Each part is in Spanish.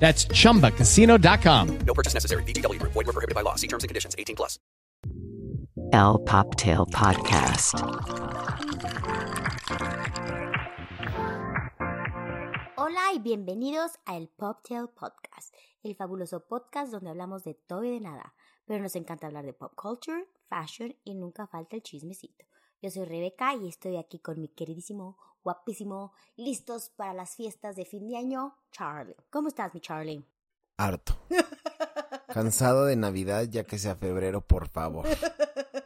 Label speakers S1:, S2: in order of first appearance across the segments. S1: That's chumbacasino.com.
S2: No purchase necessary. VGW Group. Void were prohibited by law. See terms and conditions. 18 plus.
S3: El Poptail Podcast.
S4: Hola y bienvenidos a el Poptail Podcast, el fabuloso podcast donde hablamos de todo y de nada, pero nos encanta hablar de pop culture, fashion y nunca falta el chismecito. Yo soy Rebeca y estoy aquí con mi queridísimo, guapísimo, listos para las fiestas de fin de año, Charlie. ¿Cómo estás, mi Charlie?
S5: harto. Cansado de Navidad ya que sea febrero, por favor.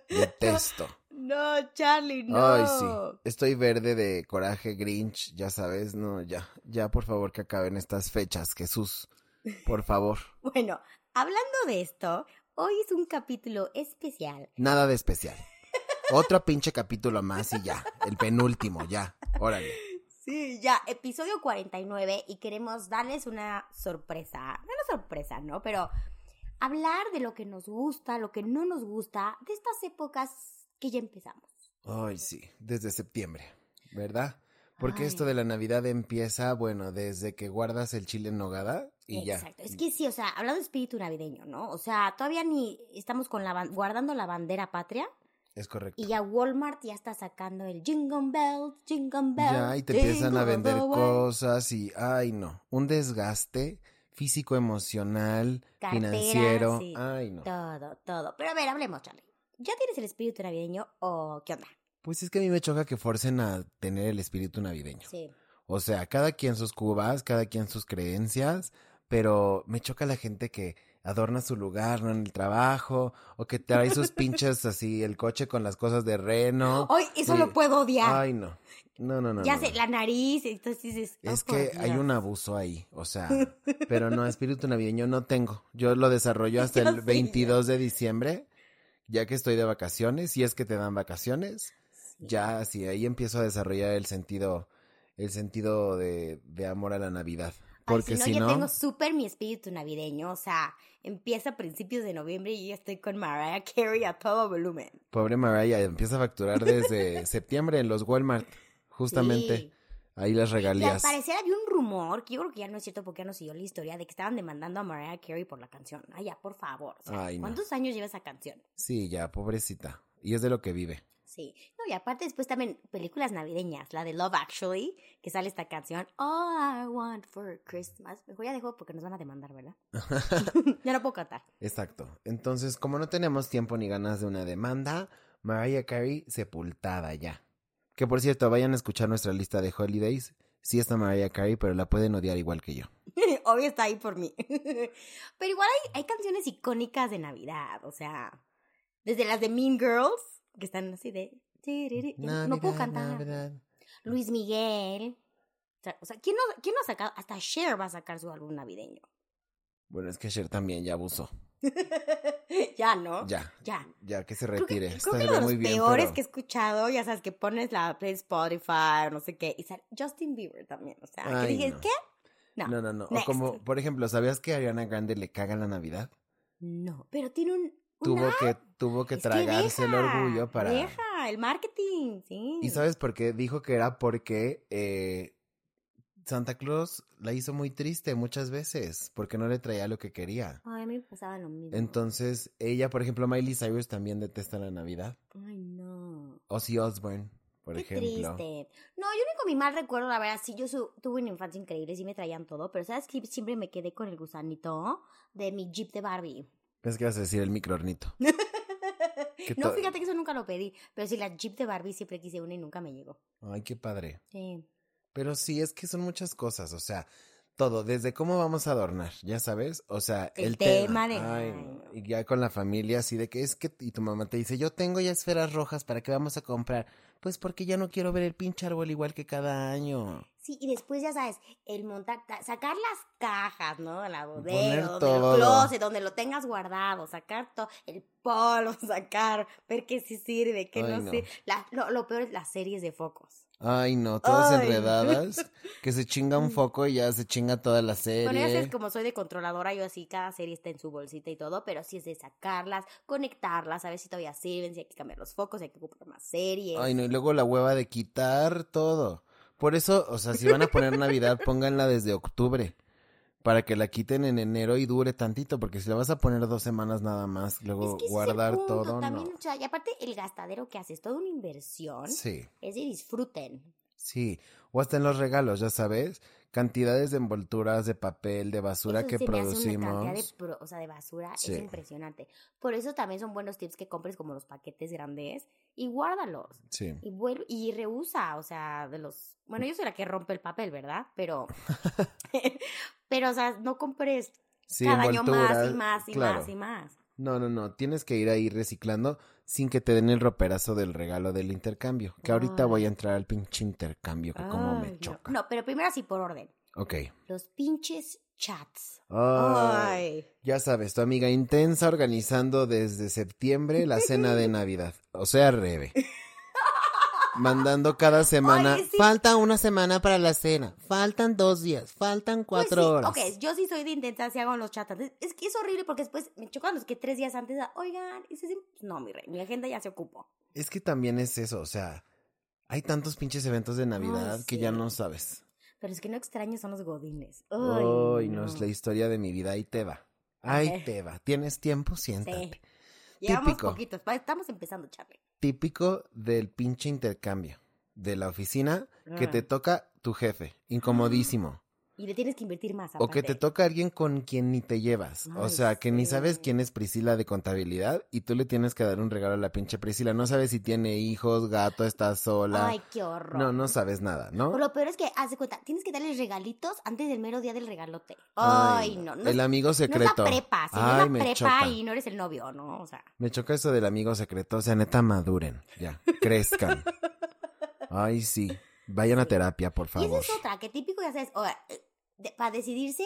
S5: Detesto.
S4: No, Charlie,
S5: Ay, sí. Estoy verde de coraje, Grinch, ya sabes. No, ya. Ya, por favor, que acaben estas fechas, Jesús. Por favor.
S4: Bueno, hablando de esto, hoy es un capítulo especial.
S5: Nada de especial. Otro pinche capítulo más y ya. El penúltimo, ya. Órale.
S4: Sí, ya, episodio 49 y queremos darles una sorpresa. No una sorpresa, ¿no? Pero hablar de lo que nos gusta, lo que no nos gusta, de estas épocas que ya empezamos.
S5: Ay, sí. Desde septiembre, ¿verdad? Porque
S4: Ay.
S5: esto de la Navidad empieza, bueno, desde que guardas el chile en nogada y ya.
S4: Exacto. Es que sí, o sea, hablando de espíritu navideño, ¿no? O sea, todavía ni estamos con la ban- guardando la bandera patria
S5: Es correcto.
S4: y ya Walmart ya está sacando el Jingle Bell, Jingle Bell.
S5: Ya, y te empiezan a
S4: Jingle
S5: vender
S4: Bell.
S5: cosas y, ay, no, un desgaste físico, emocional,
S4: Cartera,
S5: financiero.
S4: sí.
S5: Ay, no.
S4: Todo, todo. Pero a ver, hablemos, Charlie. ¿Ya tienes el espíritu navideño o qué onda?
S5: Pues es que a mí me choca que forcen a tener el espíritu navideño.
S4: Sí.
S5: O sea, cada quien sus cubas, cada quien sus creencias, pero me choca la gente que adorna su lugar, no en el trabajo, o que trae sus pinches así, el coche con las cosas de reno.
S4: Ay, eso
S5: Sí.
S4: lo puedo odiar.
S5: Ay, no. No, no, no.
S4: ya
S5: no,
S4: sé,
S5: no.
S4: la nariz, entonces dices.
S5: Es
S4: "Oh,
S5: que
S4: por
S5: hay
S4: Dios".
S5: un abuso ahí, o sea, pero no, espíritu navideño no tengo. Yo lo desarrollo hasta
S4: Yo
S5: el
S4: sí.
S5: 22 de diciembre, ya que estoy de vacaciones, si es que te dan vacaciones, ya así ahí empiezo a desarrollar el sentido, el sentido de, de amor a la Navidad.
S4: Ay,
S5: Porque si
S4: yo
S5: no,
S4: tengo súper mi espíritu navideño. O sea, empieza a principios de noviembre y yo estoy con Mariah Carey a todo volumen.
S5: pobre Mariah empieza a facturar desde septiembre en los Walmart, justamente
S4: Sí.
S5: ahí las
S4: Y al
S5: regalías.
S4: parecer había un rumor, que yo creo que ya no es cierto porque ya no siguió la historia, de que estaban demandando a Mariah Carey por la canción. Ay, ya, por favor. o sea,
S5: Ay, no.
S4: ¿Cuántos años lleva esa canción?
S5: Sí, ya, pobrecita. Y es de lo que vive.
S4: Sí. No, y aparte después también películas navideñas, la de Love Actually, que sale esta canción, All I Want for Christmas. Mejor ya dejo porque nos van a demandar, ¿verdad? ya no puedo cantar.
S5: Exacto. Entonces, como no tenemos tiempo ni ganas de una demanda, Mariah Carey sepultada ya. Que por cierto, vayan a escuchar nuestra lista de holidays. Sí está Mariah Carey, pero la pueden odiar igual que yo.
S4: Obvio está ahí por mí. Pero igual hay, hay canciones icónicas de Navidad, o sea, desde las de Mean Girls, que están así de... tiriri, no puedo
S5: Navidad,
S4: cantar.
S5: Navidad.
S4: Luis Miguel. O sea, o sea, ¿quién, no, ¿quién no ha sacado? Hasta Cher va a sacar su álbum navideño.
S5: Bueno, es que ayer también ya abusó.
S4: ya, ¿no?
S5: Ya,
S4: Ya.
S5: ya que se
S4: Creo que,
S5: retire.
S4: creo
S5: Está
S4: que uno de
S5: muy
S4: los
S5: bien.
S4: peores
S5: pero-
S4: que he escuchado, ya sabes, que pones la play Spotify, no sé qué, y sale Justin Bieber también, o sea, que
S5: Ay,
S4: dije,
S5: no.
S4: ¿qué? No,
S5: No, no, no. O
S4: next.
S5: como, por ejemplo, ¿sabías que a Ariana Grande le caga la Navidad?
S4: No, pero tiene un...
S5: Tuvo
S4: una-
S5: que, tuvo que
S4: Es que
S5: tragarse el
S4: deja,
S5: orgullo para.
S4: Deja, el marketing, sí.
S5: ¿Y sabes por qué? Dijo que era porque eh, Santa Claus la hizo muy triste muchas veces, porque no le traía lo que quería.
S4: Ay, a mí me pasaba lo mismo.
S5: Entonces, ella, por ejemplo, Miley Cyrus también detesta la Navidad.
S4: Ay, no.
S5: Ozzy Osbourne, por
S4: Qué
S5: ejemplo.
S4: triste. No, yo único mi mal recuerdo, la verdad, sí, yo su- tuve una infancia increíble, sí me traían todo, pero sabes que siempre me quedé con el gusanito de mi Jeep de Barbie.
S5: Es que vas a decir el microornito. Que
S4: no,
S5: to-
S4: fíjate que eso nunca lo pedí, pero sí, la Jeep de Barbie siempre quise una y nunca me llegó.
S5: Ay, qué padre.
S4: Sí.
S5: Pero sí, es que son muchas cosas, o sea, todo, desde cómo vamos a adornar, ya sabes, o sea,
S4: El
S5: el,
S4: tema de-
S5: Ay, no. y ya con la familia así de que es que y tu mamá te dice, "Yo tengo ya esferas rojas, ¿para qué vamos a comprar?" Pues porque ya no quiero ver el pinche árbol igual que cada año.
S4: Sí, y después ya sabes, el montar, ta- sacar las cajas, ¿no? La bodega,
S5: Poner
S4: donde
S5: todo.
S4: el closet, donde lo tengas guardado, sacar todo, el polo, sacar, ver qué sí sirve, qué
S5: Ay,
S4: no,
S5: no.
S4: sirve. La- lo, lo peor es las series de focos.
S5: Ay, no, todas
S4: Ay.
S5: enredadas, que se chinga un foco y ya se chinga toda la serie.
S4: Bueno, ya sabes, como soy de controladora, yo así, cada serie está en su bolsita y todo, pero sí es de sacarlas, conectarlas, a ver si todavía sirven, si hay que cambiar los focos, si hay que comprar más series.
S5: Ay, no, y luego la hueva de quitar todo. Por eso, o sea, si van a poner Navidad, pónganla desde octubre. Para que la quiten en enero y dure tantito, porque si la vas a poner dos semanas nada más, luego
S4: es que ese es el
S5: guardar
S4: punto,
S5: todo,
S4: También,
S5: no.
S4: o sea, y aparte, el gastadero que haces, toda una inversión,
S5: Sí,
S4: es de disfruten.
S5: sí. O hasta en los regalos, ya sabes, cantidades de envolturas, de papel, de basura
S4: Eso
S5: que
S4: se me hace una
S5: producimos.
S4: cantidad de, pro- o sea, de basura
S5: Sí.
S4: es impresionante. Por eso también son buenos tips que compres como los paquetes grandes y guárdalos.
S5: Sí.
S4: Y vuelve, y reusa, o sea, de los... Bueno, yo soy la que rompe el papel, ¿verdad? Pero... pero, o sea, no compres
S5: Sí,
S4: cada año más
S5: envolturas,
S4: y más y
S5: claro.
S4: más y más.
S5: No, no, no. Tienes que ir ahí reciclando sin que te den el roperazo del regalo del intercambio. Que ahorita
S4: Ay.
S5: voy a entrar al pinche intercambio, que como
S4: Ay,
S5: me
S4: no.
S5: choca.
S4: No, pero primero así por orden.
S5: Ok.
S4: Los pinches chats.
S5: Ay.
S4: Ay.
S5: Ya sabes, tu amiga intensa organizando desde septiembre la cena de Navidad. O sea, Rebe. Mandando cada semana.
S4: Oye, sí.
S5: Falta una semana para la cena. Faltan dos días. Faltan
S4: Pues
S5: cuatro horas.
S4: sí, Ok, yo sí soy de intentar si hago los chats antes. Es que es horrible porque después me chocan los que tres días antes, ah, oigan, y se dicen, "Pues no, mi rey, mi agenda ya se ocupó.
S5: Es que también es eso. O sea, hay tantos pinches eventos de Navidad que ya
S4: sí.
S5: no sabes.
S4: Pero es que no extraño son los godines. Ay,
S5: Ay, no es
S4: no.
S5: la historia de mi vida. Ahí te va. Ahí
S4: Ajá.
S5: te va. ¿Tienes tiempo?
S4: Sí.
S5: Siéntate.
S4: Llevamos
S5: Típico.
S4: poquitos, pa- estamos empezando, Charlie.
S5: típico del pinche intercambio de la oficina que te
S4: Mm.
S5: toca tu jefe, incomodísimo.
S4: Y le tienes que invertir más.
S5: O que te
S4: aparte.
S5: toca alguien con quien ni te llevas. o
S4: Ah, Ay,
S5: sea, que ni sabes
S4: sí.
S5: quién es Priscila de contabilidad y tú le tienes que dar un regalo a la pinche Priscila. No sabes si tiene hijos, gato, está sola.
S4: Ay, qué horror.
S5: no, no sabes nada, ¿no?
S4: O lo peor es que, haz de cuenta, tienes que darles regalitos antes del mero día del regalote. Ay, no. no
S5: El
S4: es-
S5: amigo
S4: No
S5: secreto.
S4: es la prepa, si
S5: Ay,
S4: no
S5: me
S4: es la prepa
S5: choca.
S4: y no eres el novio, ¿no? O sea,
S5: Me choca eso del amigo secreto. O sea, neta, maduren. Ya, crezcan. Ay, sí. Vayan a terapia, por
S4: y esa
S5: favor.
S4: es otra, que típico ya sabes, para decidirse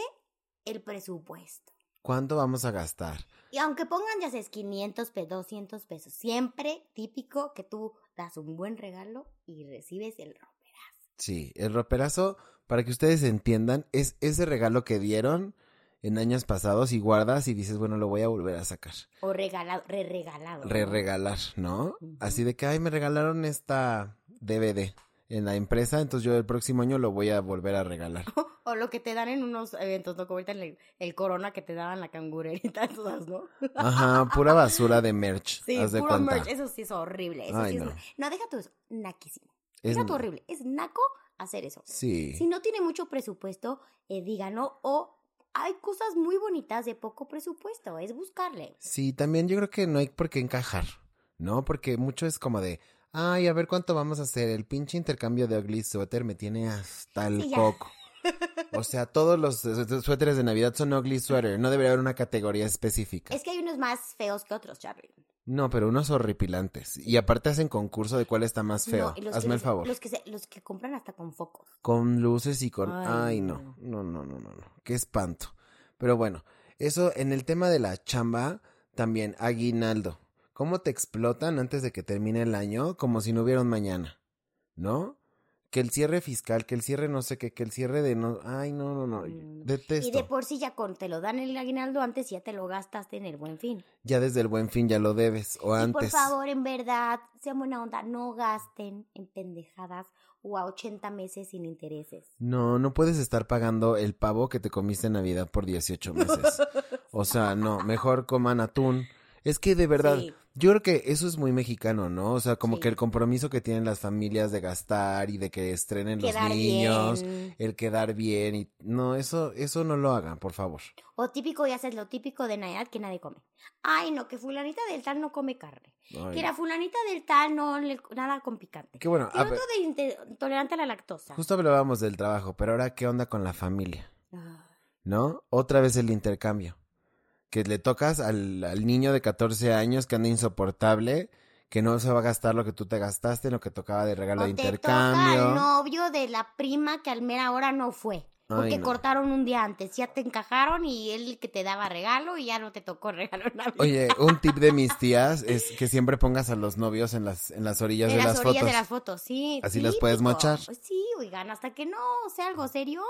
S4: el presupuesto.
S5: ¿Cuánto vamos a gastar?
S4: Y aunque pongan ya sabes 500 pesos, 200 pesos, siempre típico que tú das un buen regalo y recibes el romperazo.
S5: Sí, el roperazo, para que ustedes entiendan, es ese regalo que dieron en años pasados y guardas y dices, bueno, lo voy a volver a sacar.
S4: O regalado, re regalado. ¿no?
S5: Re-regalar, ¿no?
S4: Ujú.
S5: Así de que, ay, me regalaron esta DVD en la empresa, entonces yo el próximo año lo voy a volver a regalar.
S4: O lo que te dan en unos eventos, ¿no? Como ahorita en el, el corona que te daban la cangurerita, todas, ¿no?
S5: Ajá, pura basura de merch.
S4: Sí,
S5: haz de
S4: puro
S5: cuenta.
S4: merch. Eso sí es horrible. Eso
S5: Ay,
S4: sí es-
S5: no.
S4: no. deja tú eso. Naquísimo.
S5: Es-
S4: deja tú horrible. Es naco hacer eso.
S5: Sí.
S4: Si no tiene mucho presupuesto, eh, díganlo. O hay cosas muy bonitas de poco presupuesto. Es buscarle.
S5: Sí, también yo creo que no hay por qué encajar, ¿no? Porque mucho es como de, ay, a ver cuánto vamos a hacer. El pinche intercambio de ugly sweater me tiene hasta el
S4: Sí, ya.
S5: coco. O sea, todos los eh, su- suéteres de Navidad son ugly sweater. No debería haber una categoría específica.
S4: Es que hay unos más feos que otros, Charlie.
S5: No, pero unos horripilantes. Y aparte hacen concurso de cuál está más feo.
S4: No, y los que-
S5: Hazme el
S4: los-
S5: favor.
S4: Los que, se- los que compran hasta con focos.
S5: Con luces y con... Ay,
S4: Ay,
S5: no. No, no, no, no, no. Qué espanto. Pero bueno, eso en el tema de la chamba, también aguinaldo. ¿Cómo te explotan antes de que termine el año como si no hubiera un mañana? ¿No? Que el cierre fiscal, que el cierre no sé qué, que el cierre de no... Ay, no, no, no.
S4: Mm.
S5: Detesto.
S4: Y de por sí ya con, te lo dan el aguinaldo antes y ya te lo gastaste en el buen fin.
S5: Ya desde el buen fin ya lo debes o
S4: Y por
S5: antes.
S4: favor, en verdad, sean buena onda, no gasten en pendejadas o a 80 meses sin intereses.
S5: No, no puedes estar pagando el pavo que te comiste en Navidad por 18 meses. O sea, no, mejor coman atún. Es que de verdad,
S4: Sí.
S5: yo creo que eso es muy mexicano, ¿no? O sea, como
S4: Sí.
S5: que el compromiso que tienen las familias de gastar y de que estrenen
S4: Quedar
S5: los niños,
S4: bien.
S5: el quedar bien y no, eso eso no lo hagan, por favor.
S4: O típico, ya sabes, lo típico de Navidad que nadie come. Ay, no, que fulanita del tal no come carne.
S5: Ay,
S4: Que la fulanita del tal no le- nada con picante.
S5: Qué bueno,
S4: Que
S5: a
S4: otro
S5: ver.
S4: de inte- intolerante a la lactosa.
S5: Justo hablábamos del trabajo, pero ahora qué onda con la familia?
S4: Ah,
S5: ¿no? Otra vez el intercambio. Que le tocas al, al niño de 14 años que anda insoportable, que no se va a gastar lo que tú te gastaste, lo que tocaba de regalo
S4: O
S5: de
S4: te toca
S5: intercambio.
S4: al novio de la prima que al mera hora no fue. Porque
S5: no.
S4: cortaron un día antes, ya te encajaron y él que te daba regalo y ya no te tocó regalo nada.
S5: Oye, un tip de mis tías es que siempre pongas a los novios en las, en las orillas
S4: en
S5: de
S4: las,
S5: las
S4: orillas
S5: fotos.
S4: de las fotos, sí.
S5: Así las puedes
S4: típico.
S5: mochar. Ah.
S4: Sí, oigan, hasta que no sea algo serio,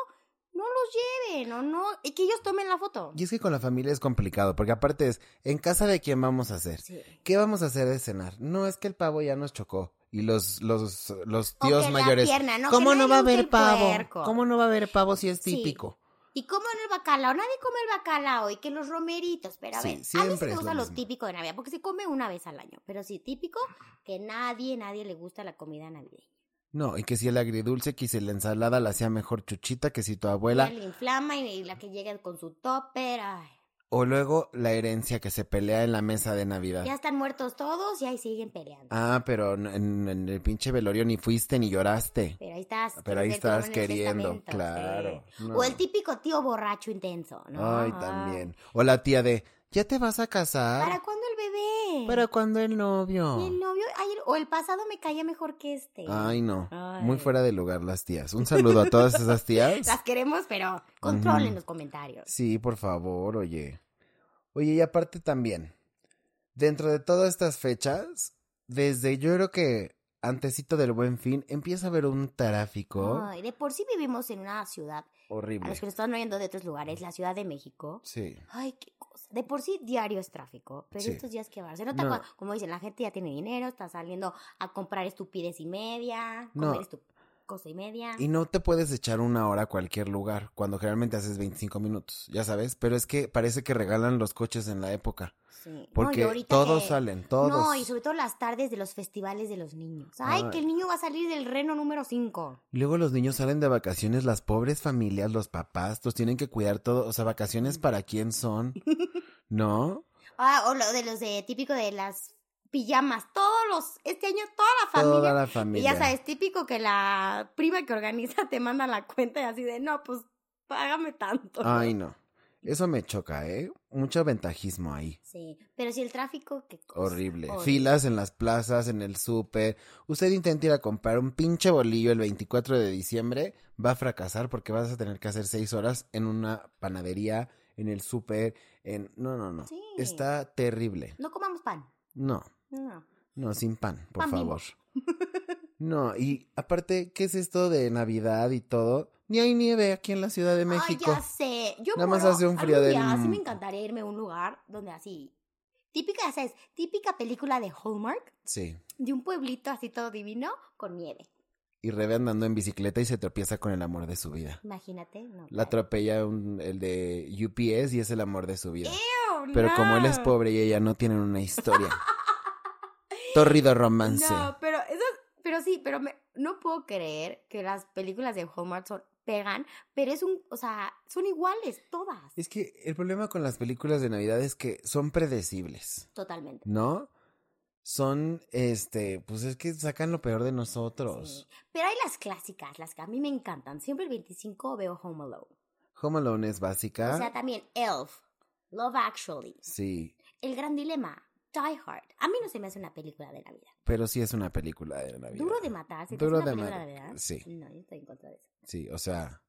S4: no los lleven o no, y que ellos tomen la foto.
S5: Y es que con la familia es complicado, porque aparte es, ¿en casa de quién vamos a hacer?
S4: Sí.
S5: ¿Qué vamos a hacer de cenar? No, es que el pavo ya nos chocó. Y los, los, los
S4: O
S5: tíos
S4: que la
S5: mayores.
S4: pierna, no,
S5: ¿Cómo
S4: que no
S5: no
S4: le
S5: va a
S4: gusta
S5: haber
S4: el
S5: pavo?
S4: puerco".
S5: ¿Cómo no va a haber pavo si es
S4: Sí.
S5: típico?
S4: ¿Y cómo en el bacalao? Nadie come el bacalao y que los romeritos, pero a
S5: Sí,
S4: ver, a mí sí
S5: siempre
S4: me
S5: es
S4: gusta lo,
S5: lo mismo.
S4: típico de Navidad, porque se come una vez al año, pero sí típico que nadie, nadie le gusta la comida navideña.
S5: No, y que si el agridulce, que si la ensalada la hacía mejor chuchita que si tu abuela.
S4: La le inflama y, y la que llega con su topper, ay.
S5: O luego la herencia que se pelea en la mesa de Navidad.
S4: Ya están muertos todos y ahí siguen peleando.
S5: Ah, pero en, en- en el pinche velorio ni fuiste ni lloraste.
S4: Pero ahí estás.
S5: Pero ahí
S4: quieres ver cómo
S5: estás
S4: en el
S5: queriendo,
S4: testamento,
S5: claro,
S4: sí.
S5: no.
S4: O el típico tío borracho intenso, ¿no?
S5: Ay,
S4: Ah.
S5: también. Ah. O la tía de, ¿ya te vas a casar?
S4: ¿Para cuándo el bebé?
S5: ¿Para cuándo el novio?
S4: Y el novio, ay, el- o el pasado me caía mejor que este.
S5: Ay, no.
S4: Ay.
S5: Muy fuera de lugar las tías. Un saludo a todas esas tías.
S4: Las queremos, pero controlen los comentarios.
S5: Sí, por favor, oye. Oye, y aparte también, dentro de todas estas fechas, desde yo creo que antesito del buen fin, empieza a haber un tráfico
S4: Ay, de por sí vivimos en una ciudad, a
S5: horrible.
S4: los que nos están oyendo de otros lugares, la Ciudad de México.
S5: Sí.
S4: Ay, qué cosa. De por sí diario es tráfico, pero
S5: Sí.
S4: estos días que van. Se nota,
S5: No.
S4: cua- como dicen, la gente ya tiene dinero, está saliendo a comprar estupidez y media,
S5: No.
S4: comer estu- cosa y media.
S5: Y no te puedes echar una hora a cualquier lugar, cuando generalmente haces 25 minutos, ya sabes, pero es que parece que regalan los coches en la época,
S4: Sí. No, y
S5: porque
S4: ahorita
S5: todos
S4: que-
S5: salen, todos.
S4: No, y sobre todo las tardes de los festivales de los niños. Ay,
S5: Ay.
S4: que el niño va a salir del reno número 5.
S5: Y Luego los niños salen de vacaciones, las pobres familias, los papás, los tienen que cuidar todo, o sea,
S4: Mm.
S5: vacaciones para quién son, ¿no?
S4: Ah, o lo de los de típico de las pijamas. Todos los, este año toda la familia.
S5: Toda la
S4: Y
S5: familia.
S4: ya sabes, típico que la prima que organiza te manda la cuenta y así de, no, pues págame tanto. ¿no?
S5: Ay, no. Eso me choca, ¿eh? Mucho ventajismo ahí.
S4: Sí, pero si el tráfico, qué cosa.
S5: Horrible.
S4: Horrible.
S5: Filas en las plazas, en el súper. Usted intenta ir a comprar un pinche bolillo el 24 de diciembre, va a fracasar porque vas a tener que hacer seis horas en una panadería, en el súper, en... No, no, no.
S4: Sí.
S5: Está terrible.
S4: No comamos pan.
S5: No,
S4: No.
S5: no, sin pan, por
S4: Pan Bimbo.
S5: favor. No, y aparte, ¿qué es esto de Navidad y todo? Ni hay nieve aquí en la Ciudad de México.
S4: Ay, ya sé. Yo
S5: Nada más
S4: moro-
S5: hace un
S4: algún
S5: frío del-
S4: día Sí me encantaría irme a un lugar donde así... Típica, ya sabes, típica película de Hallmark,
S5: Sí.
S4: de un pueblito así todo divino con nieve.
S5: Y Rebe andando en bicicleta y se tropieza con el amor de su vida.
S4: Imagínate, no.
S5: La atropella un- el de UPS y es el amor de su vida.
S4: ¡Ew,
S5: Pero como él es
S4: Oh, no!
S5: pobre y ella no tienen una historia. Torrido romance.
S4: No, pero eso, pero sí, pero me- no puedo creer que las películas de Hallmark son, pegan, pero es un, o sea, son iguales todas.
S5: Es que el problema con las películas de Navidad es que son predecibles,
S4: Totalmente.
S5: ¿no? Son, este, pues es que sacan lo peor de nosotros.
S4: Sí. Pero hay las clásicas, las que a mí me encantan. Siempre el 25 veo Home Alone.
S5: Home Alone es básica.
S4: O sea, también Elf, Love Actually,
S5: sí,
S4: El Gran Dilema, Die Hard. A mí no se me hace una película de Navidad.
S5: pero sí es una película de Navidad.
S4: Duro de matar, ¿se te
S5: Duro
S4: hace una
S5: de
S4: película
S5: matar,
S4: de Navidad?
S5: sí.
S4: No, yo estoy en contra de eso.
S5: Sí, o sea,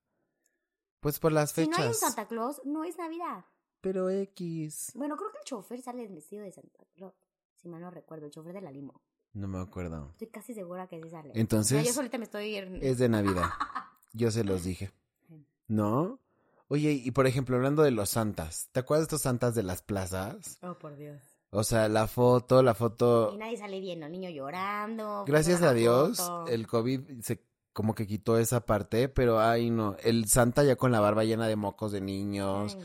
S5: pues por las
S4: Si no hay un
S5: fechas.
S4: Santa Claus, no es Navidad.
S5: Pero X.
S4: Bueno, creo que el chofer sale vestido de Santa Claus. Si mal no recuerdo, el chofer de la limo.
S5: No me acuerdo.
S4: Estoy casi segura que sí sale.
S5: Entonces,
S4: No, yo solita me estoy. en-
S5: Es de Navidad. Yo se los dije. ¿No? Oye, y por ejemplo, hablando de los santas, ¿te acuerdas de estos santas de las plazas?
S4: Oh, por Dios.
S5: O sea, la foto, la
S4: Y
S5: foto.
S4: nadie sale bien, ¿no? El niño llorando.
S5: Oh. Gracias
S4: foto,
S5: a Dios,
S4: foto.
S5: el COVID se como que quitó esa parte, pero ay no, el santa ya con la barba llena de mocos de
S4: Ay,
S5: niños,
S4: no,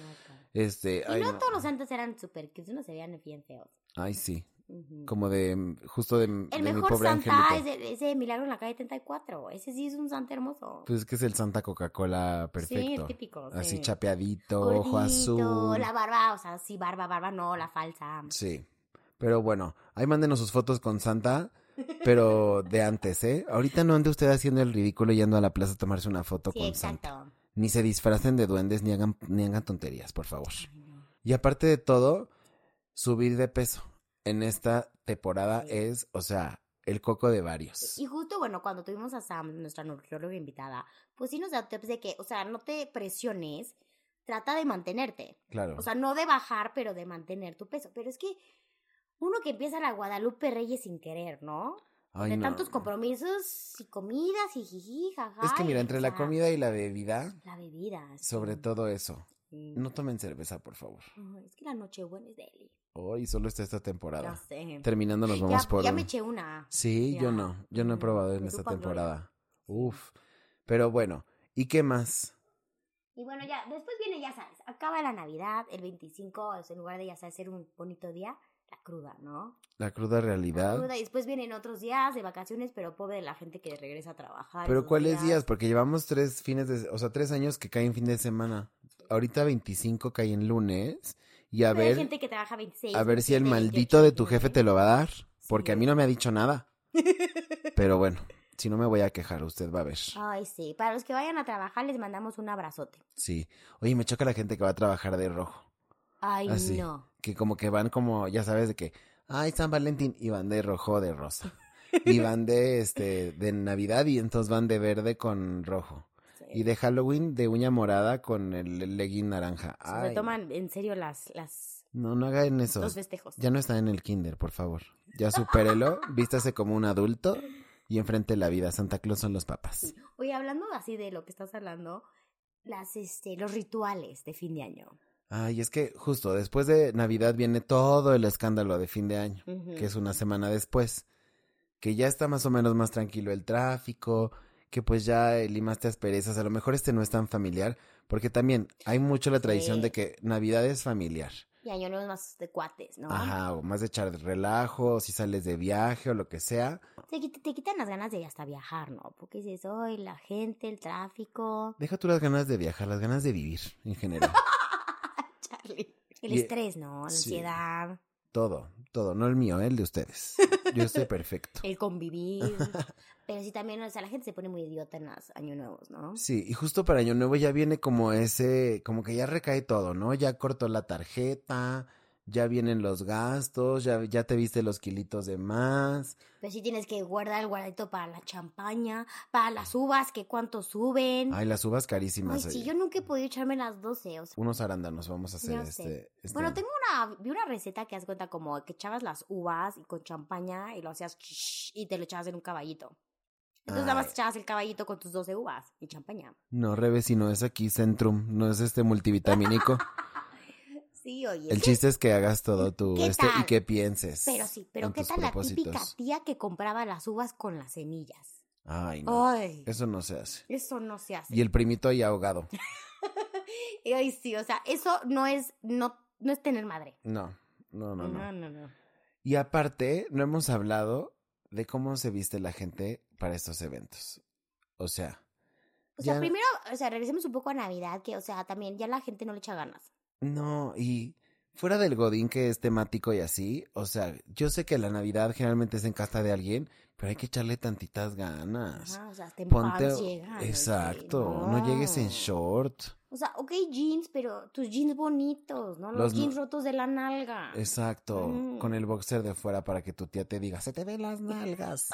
S5: este,
S4: y
S5: ay,
S4: no,
S5: no.
S4: todos los santos eran super cute, unos se veían bien feos.
S5: Ay, sí,
S4: Ujú.
S5: como de justo de, de
S4: El
S5: mi
S4: mejor
S5: pobre
S4: santa es
S5: angelito.
S4: el- ese de Milagro en la calle 34. Ese sí es un santa hermoso.
S5: Pues es que es el santa Coca-Cola
S4: Sí,
S5: perfecto.
S4: el típico. sí.
S5: Así chapeadito, ojo
S4: Gordito,
S5: azul.
S4: La barba, o sea, sí, barba, barba, no, la falsa.
S5: Sí. Pero bueno, ahí mándenos sus fotos con Santa, pero de antes, ¿eh? Ahorita no ande usted haciendo el ridículo yendo a la plaza a tomarse una foto
S4: Sí,
S5: con
S4: exacto.
S5: Santa. Ni se disfracen de duendes, ni hagan, ni hagan tonterías, por favor. Y aparte de todo, subir de peso en esta temporada es, o sea, el coco de varios.
S4: Y justo, bueno, cuando tuvimos a Sam, nuestra nutrióloga invitada, pues sí nos da tips de que, o sea, no te presiones, trata de mantenerte.
S5: Claro.
S4: O sea, no de bajar, pero de mantener tu peso. Pero es que uno que empieza la Guadalupe Reyes sin querer, ¿no?
S5: Ay,
S4: de
S5: no.
S4: tantos compromisos y comidas y jiji, jaja.
S5: Es que mira,
S4: y,
S5: entre
S4: o
S5: la
S4: sea,
S5: comida y la bebida,
S4: La bebida. sí.
S5: sobre todo eso.
S4: Sí.
S5: No tomen cerveza, por favor.
S4: Ay, Es que la noche buena es deli.
S5: Hoy solo está esta
S4: Ya
S5: temporada.
S4: sé.
S5: Terminando nos vamos
S4: Ya,
S5: por...
S4: ya me eché una.
S5: Sí,
S4: Ya.
S5: yo no. Yo no he
S4: Mm,
S5: probado en
S4: de
S5: esta
S4: Dupa Gloria.
S5: temporada. Uf. Pero bueno, ¿y qué más?
S4: Y bueno, ya, después viene, ya sabes, acaba la Navidad, el 25, o sea, en lugar de, ya sabes, ser un bonito día, la cruda, ¿no?
S5: La cruda
S4: La
S5: realidad.
S4: cruda, y después vienen otros días de vacaciones, pero pobre de la gente que regresa a trabajar.
S5: Pero
S4: esos
S5: ¿cuáles días? Porque llevamos tres fines de... O sea, tres años que caen fin de semana. Ahorita 25 cae en lunes. Y a
S4: Pero Hay
S5: ver,
S4: gente que trabaja 26.
S5: a ver si el
S4: 27,
S5: maldito
S4: 28,
S5: de tu jefe te lo va a dar. Porque a
S4: Sí.
S5: mí no me ha dicho nada. Pero bueno, si no me voy a quejar, usted va a ver.
S4: 29. Ay, sí. Para los que vayan a trabajar, les mandamos un abrazote.
S5: Sí. Oye, me choca la gente que va a trabajar de rojo.
S4: Ay,
S5: Así.
S4: no.
S5: que como que van como, ya sabes, de que, ay, San Valentín, y van de rojo de rosa. Y van de, este, de Navidad y entonces van de verde con rojo.
S4: Sí.
S5: Y de Halloween de uña morada con el legging naranja.
S4: Se
S5: Ay,
S4: toman en serio las, las,
S5: No, no hagan eso.
S4: los festejos.
S5: Ya no está en el kinder, por favor. Ya supérelo, vístase como un adulto y enfrente la vida. Santa Claus son los papás.
S4: Oye, hablando así de lo que estás hablando, las, este, los rituales de fin de año.
S5: Ay, es que justo después de Navidad viene todo el escándalo de fin de año.
S4: Ujú.
S5: que es una semana después, que ya está más o menos más tranquilo el tráfico, que pues ya eh, limaste asperezas, a lo mejor este no es tan familiar, porque también hay mucho la tradición
S4: Sí.
S5: de que Navidad es familiar,
S4: Y año nuevo es más de cuates, ¿no?
S5: ajá, o más de echar relajo, o si sales de viaje o lo que sea,
S4: Te, quit- te quitan las ganas de hasta viajar, ¿no? Porque dices, hoy la gente, el tráfico,
S5: deja tú las ganas de viajar, las ganas de vivir en general,
S4: Charlie. El
S5: Y- e
S4: estrés, ¿no? La
S5: sí.
S4: ansiedad,
S5: todo, todo, no el mío, eh, el de ustedes, yo estoy perfecto.
S4: el convivir. Pero sí también, o sea, la gente se pone muy idiota en los año nuevos, ¿no?
S5: Sí, y justo para Año Nuevo ya viene como ese, como que ya recae todo, ¿no? Ya cortó la tarjeta, ya vienen los gastos, ya, ya te viste los kilitos de más.
S4: Pero sí tienes que guardar el guardadito para la champaña, para las uvas, que cuánto suben. Ay,
S5: Ay, las uvas carísimas.
S4: sí,
S5: oye.
S4: yo nunca he podido echarme las 12, o sea.
S5: Unos arándanos vamos a hacer
S4: Ya sé.
S5: este, este
S4: Bueno,
S5: año.
S4: tengo una, vi una receta que haz cuenta como que echabas las uvas y con champaña y lo hacías ch- y te lo echabas en un caballito. Entonces nada más
S5: Ay.
S4: echabas el caballito con tus 12 uvas y champaña.
S5: No, Rebe, si no es aquí Centrum, no es este multivitamínico.
S4: Sí, oye.
S5: El
S4: sí.
S5: chiste es que hagas todo tu
S4: ¿Qué
S5: este y
S4: tal?
S5: que pienses.
S4: Pero sí, pero
S5: en
S4: ¿qué
S5: tus
S4: tal la típica
S5: propósitos.
S4: tía que compraba las uvas con las semillas?
S5: Ay, no.
S4: Ay,
S5: Eso no se hace.
S4: eso no se hace.
S5: Y el primito ahí ahogado.
S4: Ay, sí, o sea, eso no es, no, no es tener madre.
S5: No, no, no, no.
S4: no, no.
S5: Y aparte, no hemos hablado de cómo se viste la gente para estos eventos. O sea,
S4: O sea,
S5: Ya-
S4: primero, o sea, regresemos un poco a Navidad, que, o sea, también ya la gente no le echa ganas.
S5: no, y fuera del godín que es temático y así, o sea, yo sé que la Navidad generalmente es en casa de alguien, pero hay que echarle tantitas ganas.
S4: Ajá, o sea, hasta en
S5: Ponte,
S4: pants llegan, oye,
S5: exacto, no llegues en short.
S4: O sea, ok, jeans, pero tus jeans bonitos, ¿no? Los,
S5: Los
S4: jeans
S5: no-
S4: rotos de la nalga.
S5: Exacto,
S4: Mm.
S5: con el boxer de fuera para que tu tía te diga, se te ven las nalgas.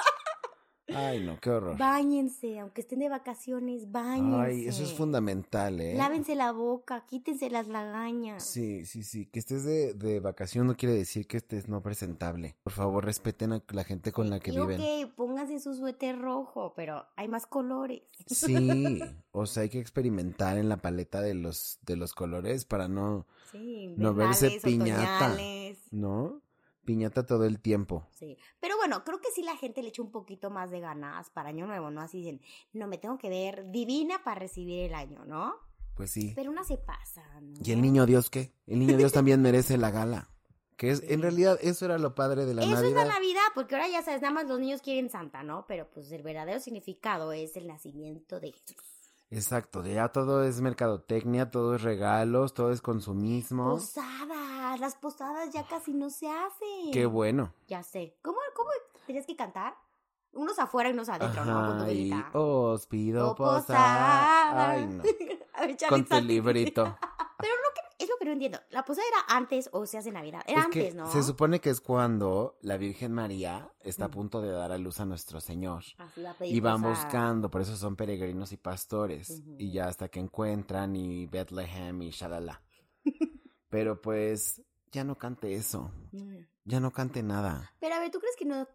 S5: Ay, no, qué horror.
S4: Báñense, aunque estén de vacaciones, báñense.
S5: Ay, eso es fundamental, ¿eh?
S4: Lávense la boca, quítense las lagañas.
S5: Sí, sí, sí. Que estés de, de vacación no quiere decir que estés no presentable. Por favor, respeten a la gente con la que
S4: y
S5: viven.
S4: ok, pónganse su suéter rojo, pero hay más colores.
S5: Sí, o sea, hay que experimentar en la paleta de los, de los colores para no,
S4: Sí,
S5: No verse
S4: invernales,
S5: piñata.
S4: otoñales.
S5: ¿no? Piñata todo el tiempo.
S4: Sí, pero bueno, creo que sí la gente le echa un poquito más de ganas para Año Nuevo, ¿no? Así dicen, no, me tengo que ver divina para recibir el año, ¿no?
S5: Pues sí.
S4: Pero una se pasa, ¿no?
S5: ¿Y el niño Dios qué? El niño Dios también merece la gala. Que es, en realidad, eso era lo padre de la
S4: Eso es
S5: Navidad.
S4: la Navidad, porque ahora ya sabes, nada más los niños quieren Santa, ¿no? Pero pues el verdadero significado es el nacimiento de Jesús.
S5: Exacto, ya todo es mercadotecnia, todo es regalos, todo es consumismo.
S4: Pues Posadas, las posadas ya casi no se hacen.
S5: qué bueno.
S4: Ya sé. ¿Cómo, cómo tenías que cantar? Unos afuera y unos adentro, ¿no? Con tu
S5: Ajá, y
S4: velita.
S5: os pido
S4: Oh,
S5: posada.
S4: posada.
S5: Ay, no. con tu librito.
S4: Pero lo que, es lo que no entiendo. La posada era antes o se hace Navidad. Era
S5: Es que
S4: antes, ¿no? Mm.
S5: Se supone que es cuando la Virgen María está a punto de dar a luz a nuestro Señor.
S4: Así la
S5: Y van
S4: pedimos Ah, a-
S5: buscando, por eso son peregrinos y pastores.
S4: pues, Ujú.
S5: Y ya hasta que encuentran y Bethlehem y shalala. Pero pues ya no cante eso.
S4: Mm.
S5: Ya no cante nada.
S4: Pero a ver, ¿tú crees que no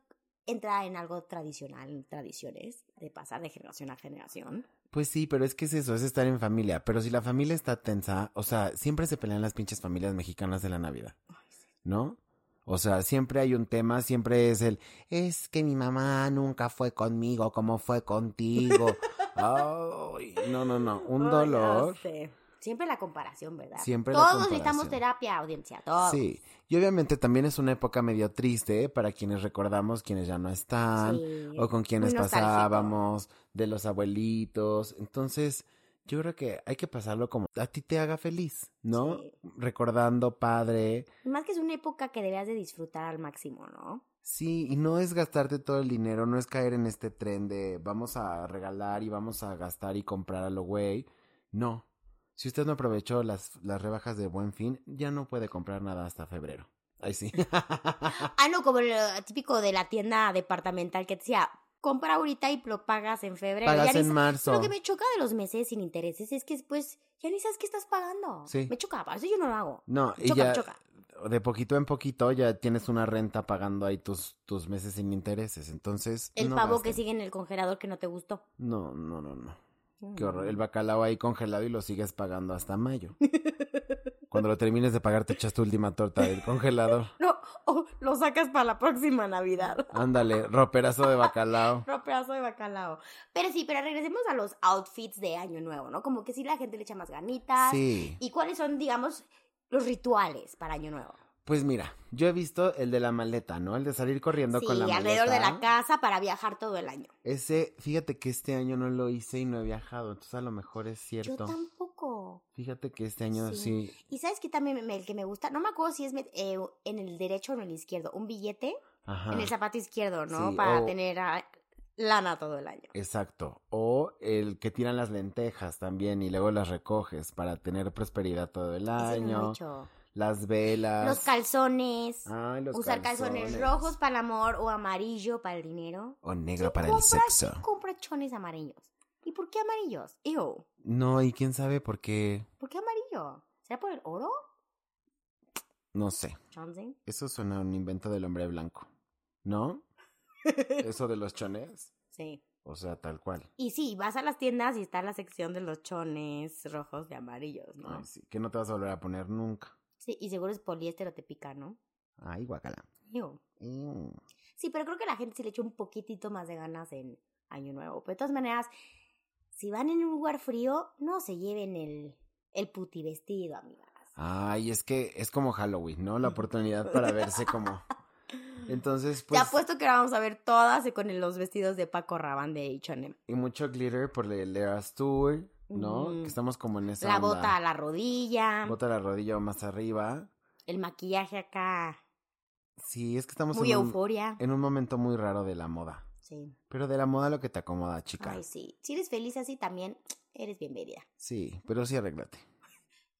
S4: entra en algo tradicional, en tradiciones, de pasar de generación a generación?
S5: Pues sí, pero es que es eso, es estar en familia. Pero si la familia está tensa, o sea, siempre se pelean las pinches familias mexicanas de la Navidad. ¿No? O sea, siempre hay un tema, siempre es el, es que mi mamá nunca fue conmigo como fue contigo. Ay, no, no, no, un
S4: Ay,
S5: dolor.
S4: ya sé. Siempre la comparación, ¿verdad?
S5: Siempre la
S4: Todos
S5: comparación.
S4: necesitamos terapia, audiencia, todos.
S5: Sí, y obviamente también es una época medio triste para quienes recordamos quienes ya no están
S4: Sí.
S5: o con quienes
S4: Muy nostálgico.
S5: pasábamos, de los abuelitos. Entonces, yo creo que hay que pasarlo como a ti te haga feliz, ¿no?
S4: Sí.
S5: Recordando padre.
S4: Más que es una época que debías de disfrutar al máximo, ¿no?
S5: Sí, y no es gastarte todo el dinero, no es caer en este tren de vamos a regalar y vamos a gastar y comprar a lo güey. No. Si usted no aprovechó las, las rebajas de Buen Fin, ya no puede comprar nada hasta febrero. Ahí sí.
S4: Ah, no, como lo típico de la tienda departamental que te decía, compra ahorita y lo pagas en febrero. Ya
S5: Pagas
S4: ni
S5: en
S4: sa-
S5: marzo.
S4: Lo que me choca de los meses sin intereses es que después ya ni sabes qué estás pagando.
S5: Sí.
S4: Me choca, para eso yo no lo hago.
S5: No,
S4: Me
S5: y
S4: choca, me
S5: ya
S4: choca.
S5: de poquito en poquito ya tienes una renta pagando ahí tus, tus meses sin intereses. Entonces,
S4: El
S5: no
S4: pavo
S5: gasten.
S4: que sigue en el congelador que no te gustó.
S5: No, no, no, no.
S4: Mm.
S5: Qué horror. El bacalao ahí congelado y lo sigues pagando hasta mayo. Cuando lo termines de pagar, te echas tu última torta del congelador.
S4: No, o lo sacas para la próxima Navidad.
S5: Ándale, roperazo de bacalao.
S4: No, pedazo de bacalao. Pero sí, pero regresemos a los outfits de Año Nuevo, ¿no? Como que sí la gente le echa más ganitas.
S5: Sí.
S4: ¿Y cuáles son, digamos, los rituales para Año Nuevo?
S5: Pues mira, yo he visto el de la maleta, ¿no? El de salir corriendo
S4: sí,
S5: con la maleta.
S4: alrededor de la casa para viajar todo el año.
S5: Ese, fíjate que este año no lo hice y no he viajado, entonces a lo mejor es
S4: Yo
S5: cierto.
S4: tampoco.
S5: Fíjate que este año
S4: Sí.
S5: sí.
S4: Y sabes que también me- el que me gusta, no me acuerdo si es me- eh, en el derecho o en el izquierdo, un billete
S5: Ajá.
S4: en el zapato izquierdo, ¿no?
S5: Ah. Sí,
S4: para
S5: o-
S4: tener ah, lana todo el año.
S5: Exacto. O el que tiran las lentejas también y luego las recoges para tener prosperidad todo el
S4: Ese no lo he
S5: año.
S4: hecho.
S5: Las velas.
S4: Los calzones.
S5: Ay, los
S4: usar calzones. rojos para el amor o amarillo para el dinero.
S5: O negro para el
S4: compras-
S5: sexo.
S4: Compra chones amarillos. ¿Y por qué amarillos? Ew.
S5: No, y quién sabe por qué.
S4: ¿Por qué amarillo? ¿Será por el oro?
S5: No sé.
S4: Johnson.
S5: Eso suena a un invento del hombre blanco. ¿No? Eso de los chones.
S4: Sí.
S5: O sea, tal cual.
S4: Y sí, vas a las tiendas y está la sección de los chones rojos y amarillos, ¿no?
S5: Ay, sí, Que no te vas a volver a poner nunca.
S4: Sí, y seguro es poliéster o te pica, ¿no?
S5: Ay, guacala. Mm.
S4: Ew. Sí, pero creo que la gente sí le echa un poquitito más de ganas en Año Nuevo. Pero de todas maneras, si van en un lugar frío, no se lleven el, el puti vestido, amigas.
S5: Ay, es que es como Halloween, ¿no? La oportunidad para verse como. Entonces,
S4: Te
S5: pues.
S4: apuesto que ahora vamos a ver todas con los vestidos de Paco Rabanne de H&M.
S5: Y mucho glitter por el Eras Tour, eh, ¿no?
S4: Ujú.
S5: Que estamos como en esa.
S4: La
S5: onda.
S4: bota a la rodilla,
S5: Bota a la rodilla o más arriba.
S4: el maquillaje acá,
S5: Sí, es que estamos
S4: muy
S5: en, un,
S4: euforia.
S5: en un momento muy raro de la moda.
S4: Sí.
S5: Pero de la moda lo que te acomoda, chica.
S4: Ay, sí. Si eres feliz así también, eres bienvenida.
S5: Sí, pero sí arréglate.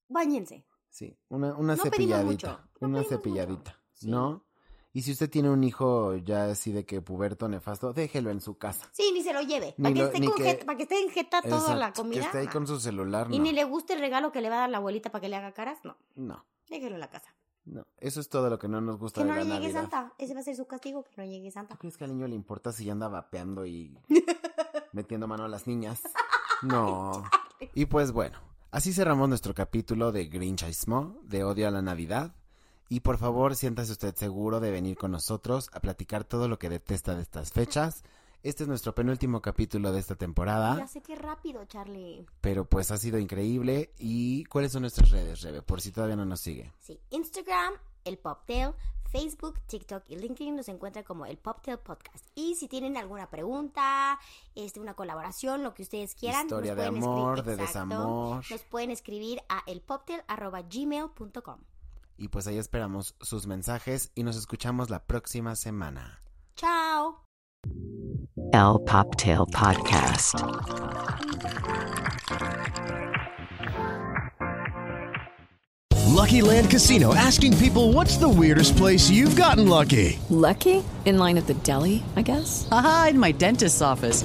S4: Báñense.
S5: Sí, una, una
S4: No pedimos mucho,
S5: cepilladita.
S4: no
S5: una
S4: pedimos
S5: cepilladita,
S4: mucho. Sí.
S5: ¿no? Y si usted tiene un hijo ya así de que puberto nefasto, déjelo en su casa.
S4: Sí, ni se lo lleve.
S5: Ni
S4: Para que,
S5: lo-
S4: esté
S5: ni
S4: con
S5: que-
S4: jeta- para que esté en jeta toda la
S5: Exacto,
S4: comida.
S5: Que esté ahí
S4: no.
S5: con su celular,
S4: Y
S5: no.
S4: ni le gusta el regalo que le va a dar la abuelita para que le haga caras. No,
S5: No,
S4: déjelo en la casa.
S5: no. Eso es todo lo que no nos gusta
S4: Que
S5: de
S4: no
S5: la
S4: le llegue
S5: Navidad.
S4: Santa. Ese va a ser su castigo, que no llegue
S5: ¿Tú
S4: Santa.
S5: crees que al niño le importa si ya anda vapeando y metiendo mano a las niñas? No. Y pues bueno, así cerramos nuestro capítulo de Grinchismo, de Odio a la Navidad. Y por favor, siéntase usted seguro de venir con nosotros a platicar todo lo que detesta de estas fechas. Este es nuestro penúltimo capítulo de esta
S4: Ya
S5: temporada,
S4: sé que rápido, Charlie.
S5: pero pues ha sido increíble. ¿Y cuáles son nuestras redes, Rebe? Por si todavía no nos sigue.
S4: Sí, Instagram, el Poptail, Facebook, TikTok y LinkedIn nos encuentran como el Poptail Podcast. Y si tienen alguna pregunta, este, una colaboración, lo que ustedes quieran,
S5: Historia
S4: nos
S5: de
S4: pueden
S5: amor,
S4: escribir-
S5: de
S4: Exacto.
S5: desamor.
S4: Nos pueden escribir a elpoptail.gmail.com.
S5: Y pues ahí esperamos sus mensajes y nos escuchamos la próxima semana.
S4: ¡Chao!
S3: L Poptail Podcast.
S1: Lucky Land Casino asking people what's the weirdest place you've gotten lucky?
S6: Lucky? In line at the deli, I guess?
S7: Aha, in my dentist's office.